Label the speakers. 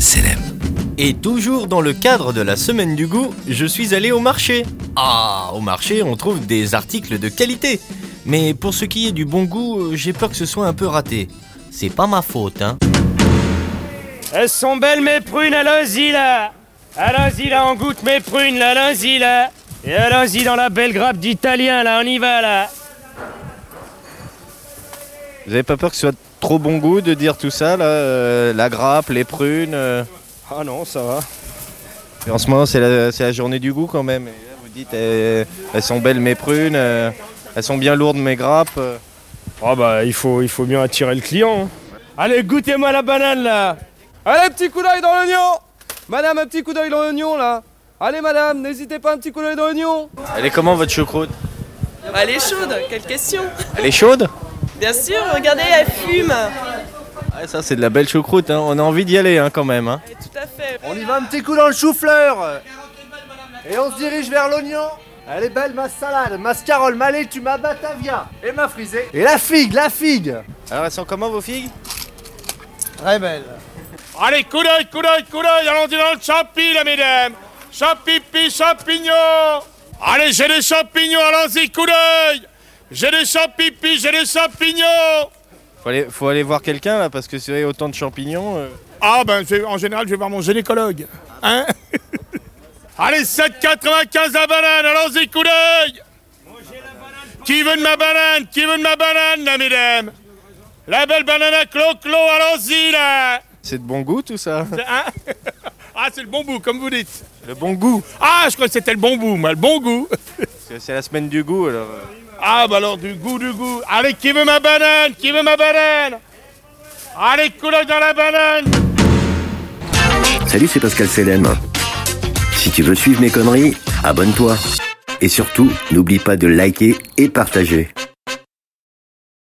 Speaker 1: célèbre.
Speaker 2: Et toujours dans le cadre de la semaine du goût, je suis allé au marché. Ah, au marché, on trouve des articles de qualité. Mais pour ce qui est du bon goût, j'ai peur que ce soit un peu raté. C'est pas ma faute, hein.
Speaker 3: Elles sont belles mes prunes, allons-y là Allons-y là, on goûte mes prunes, là, allons-y là Et allons-y dans la belle grappe d'italien, là, on y va là
Speaker 4: Vous avez pas peur que ce soit trop bon goût de dire tout ça, là euh, La grappe, les prunes euh.
Speaker 3: Ah non, ça va.
Speaker 4: Et En ce moment, c'est la, c'est la journée du goût quand même. Et là, vous dites, euh, elles sont belles mes prunes, euh, elles sont bien lourdes mes grappes. euh.
Speaker 3: Ah bah, il faut, il faut bien attirer le client. hein. Allez, goûtez-moi la banane là
Speaker 5: Allez, petit coup d'œil dans l'oignon Madame, un petit coup d'œil dans l'oignon, là Allez, madame, n'hésitez pas, un petit coup d'œil dans l'oignon
Speaker 4: Elle est comment votre choucroute
Speaker 6: Bah, elle est chaude, quelle question
Speaker 4: Elle est chaude
Speaker 6: Bien sûr, regardez, elle fume
Speaker 4: Ouais, Ça, c'est de la belle choucroute. hein. On a envie d'y aller hein, quand même. hein.
Speaker 6: Et Tout à fait
Speaker 5: On y va, un petit coup dans le chou-fleur Et on se dirige vers l'oignon Elle est belle, ma salade, mascarole, ma laitue, ma batavia Et ma frisée Et la figue, la figue
Speaker 4: Alors, elles sont comment vos figues
Speaker 5: Très belle
Speaker 3: Allez, coup d'œil, coup d'œil, coup d'œil, allons-y dans le champi là, mesdames Champipi, champignons Allez, j'ai des champignons, allons-y, coup d'œil J'ai des champipi, j'ai des champignons
Speaker 4: faut aller, faut aller voir quelqu'un là parce que si vous avez autant de champignons. euh.
Speaker 3: Ah ben, je vais- en général, je vais voir mon gynécologue. Hein Allez, 7,95 la banane, allons-y, coup d'œil Qui veut de ma banane Qui veut de ma banane, là, mesdames La belle banane à clo-clo, allons-y, là
Speaker 4: C'est de bon goût tout ça
Speaker 3: Hein Ah, c'est le bon bout, comme vous dites.
Speaker 4: Le bon goût
Speaker 3: Ah, je crois que c'était le bon bout, moi, le bon goût
Speaker 4: Parce que C'est la semaine du goût alors. euh.
Speaker 3: Ah, bah alors, du goût, du goût Allez, qui veut ma banane Qui veut ma banane Allez, coup d'œil dans la banane
Speaker 1: Salut, c'est Pascal Selem. Si tu veux suivre mes conneries, abonne-toi. Et surtout, n'oublie pas de liker et partager.